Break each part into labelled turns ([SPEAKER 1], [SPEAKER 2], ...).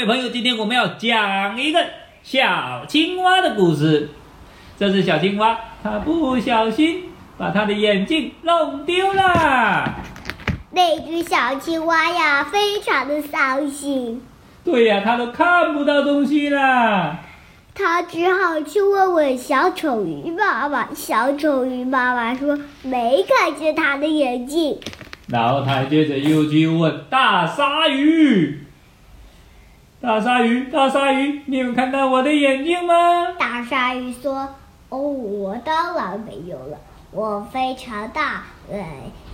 [SPEAKER 1] 各位朋友，今天我们要讲一个小青蛙的故事。这只小青蛙，它不小心把它的眼镜弄丢了。
[SPEAKER 2] 那只小青蛙呀，非常的伤心，
[SPEAKER 1] 对呀、它都看不到东西了。
[SPEAKER 2] 它只好去问问小丑鱼妈妈。小丑鱼妈妈说没看见它的眼镜。
[SPEAKER 1] 然后它接着又去问大鲨鱼：“大鲨鱼，大鲨鱼，你有看到我的眼镜吗
[SPEAKER 2] 大鲨鱼说：“哦，我当然没有了，我非常大，呃，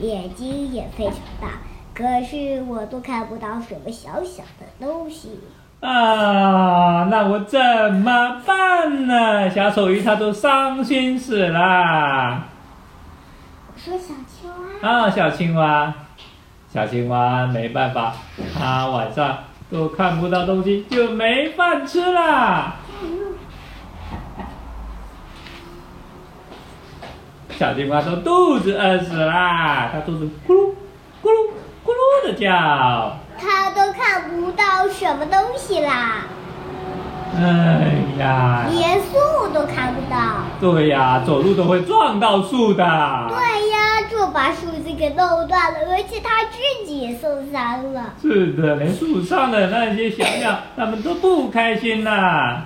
[SPEAKER 2] 眼睛也非常大，可是我都看不到什么小小的东西。？”
[SPEAKER 1] 啊，那我怎么办呢？小丑鱼它都伤心死了。
[SPEAKER 2] 我说小青蛙，
[SPEAKER 1] 啊，小青蛙，小青蛙没办法，它晚上都看不到东西，就没饭吃啦。小青蛙说肚子饿死啦，它肚子咕噜咕噜咕噜的叫。
[SPEAKER 2] 它都看不到什么东西啦，
[SPEAKER 1] 哎呀，
[SPEAKER 2] 连树都看不到。
[SPEAKER 1] 对呀，走路都会撞到树的。
[SPEAKER 2] 对呀，这把树枝给弄断了，而且它自己也受伤了。
[SPEAKER 1] 是的，连树上的那些小鸟，它们都不开心啦。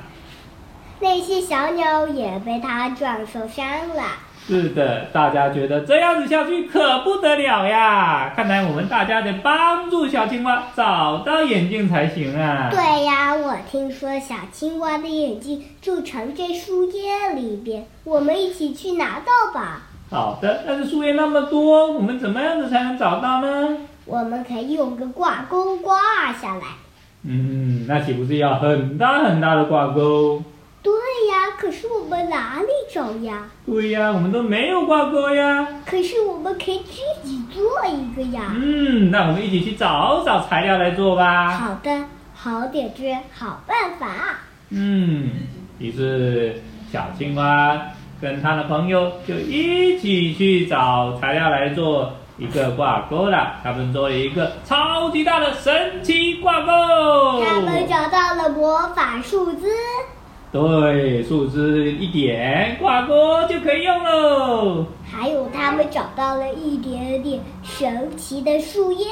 [SPEAKER 2] 那些小鸟也被它撞受伤了。
[SPEAKER 1] 是的，大家觉得这样子下去可不得了呀！看来我们大家得帮助小青蛙找到眼镜才行啊。
[SPEAKER 2] 对呀，我听说小青蛙的眼睛就藏在树叶里边，我们一起去拿到吧。
[SPEAKER 1] 好的，但是树叶那么多，我们怎么样子才能找到呢？
[SPEAKER 2] 我们可以用个挂钩挂下来。
[SPEAKER 1] 嗯，那岂不是要很大很大的挂钩？
[SPEAKER 2] 对呀，可是我们哪里找呀？
[SPEAKER 1] 对呀，我们都没有挂钩呀。
[SPEAKER 2] 可是我们可以自己做一个呀。
[SPEAKER 1] 嗯，那我们一起去找找材料来做吧。
[SPEAKER 2] 好的，好点子，好办法。啊
[SPEAKER 1] 嗯，于是小青蛙跟他的朋友就一起去找材料来做一个挂钩啦。他们做了一个超级大的神奇挂钩，
[SPEAKER 2] 他们找到了魔法树枝，
[SPEAKER 1] 对，树枝一点，挂钩就可以用喽。
[SPEAKER 2] 还有他们找到了一点点神奇的树叶。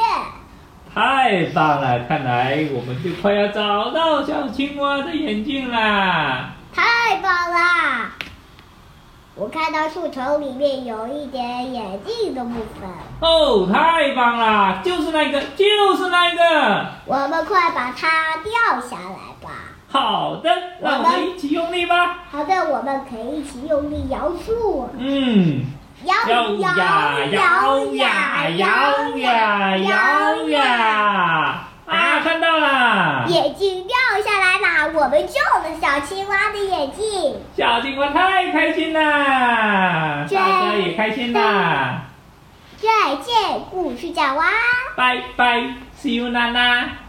[SPEAKER 1] 太棒了！看来我们就快要找到小青蛙的眼镜啦。
[SPEAKER 2] 太棒啦！我看到树丛里面有一点眼镜的部分，
[SPEAKER 1] 哦，太棒啦！就是那个，就是那个。
[SPEAKER 2] 我们快把它掉下来吧。
[SPEAKER 1] 好的，让我们一起用力吧。
[SPEAKER 2] 好的，我们可以一起用力摇树，
[SPEAKER 1] 嗯，
[SPEAKER 2] 摇
[SPEAKER 1] 呀摇呀摇呀摇！呀！啊，看到啦！
[SPEAKER 2] 眼镜掉下来啦！我们救了小青蛙的眼镜。
[SPEAKER 1] 小青蛙太开心啦，
[SPEAKER 2] 真
[SPEAKER 1] 大家也开心啦，
[SPEAKER 2] 再见，故事讲完。
[SPEAKER 1] 拜拜，See you，娜娜。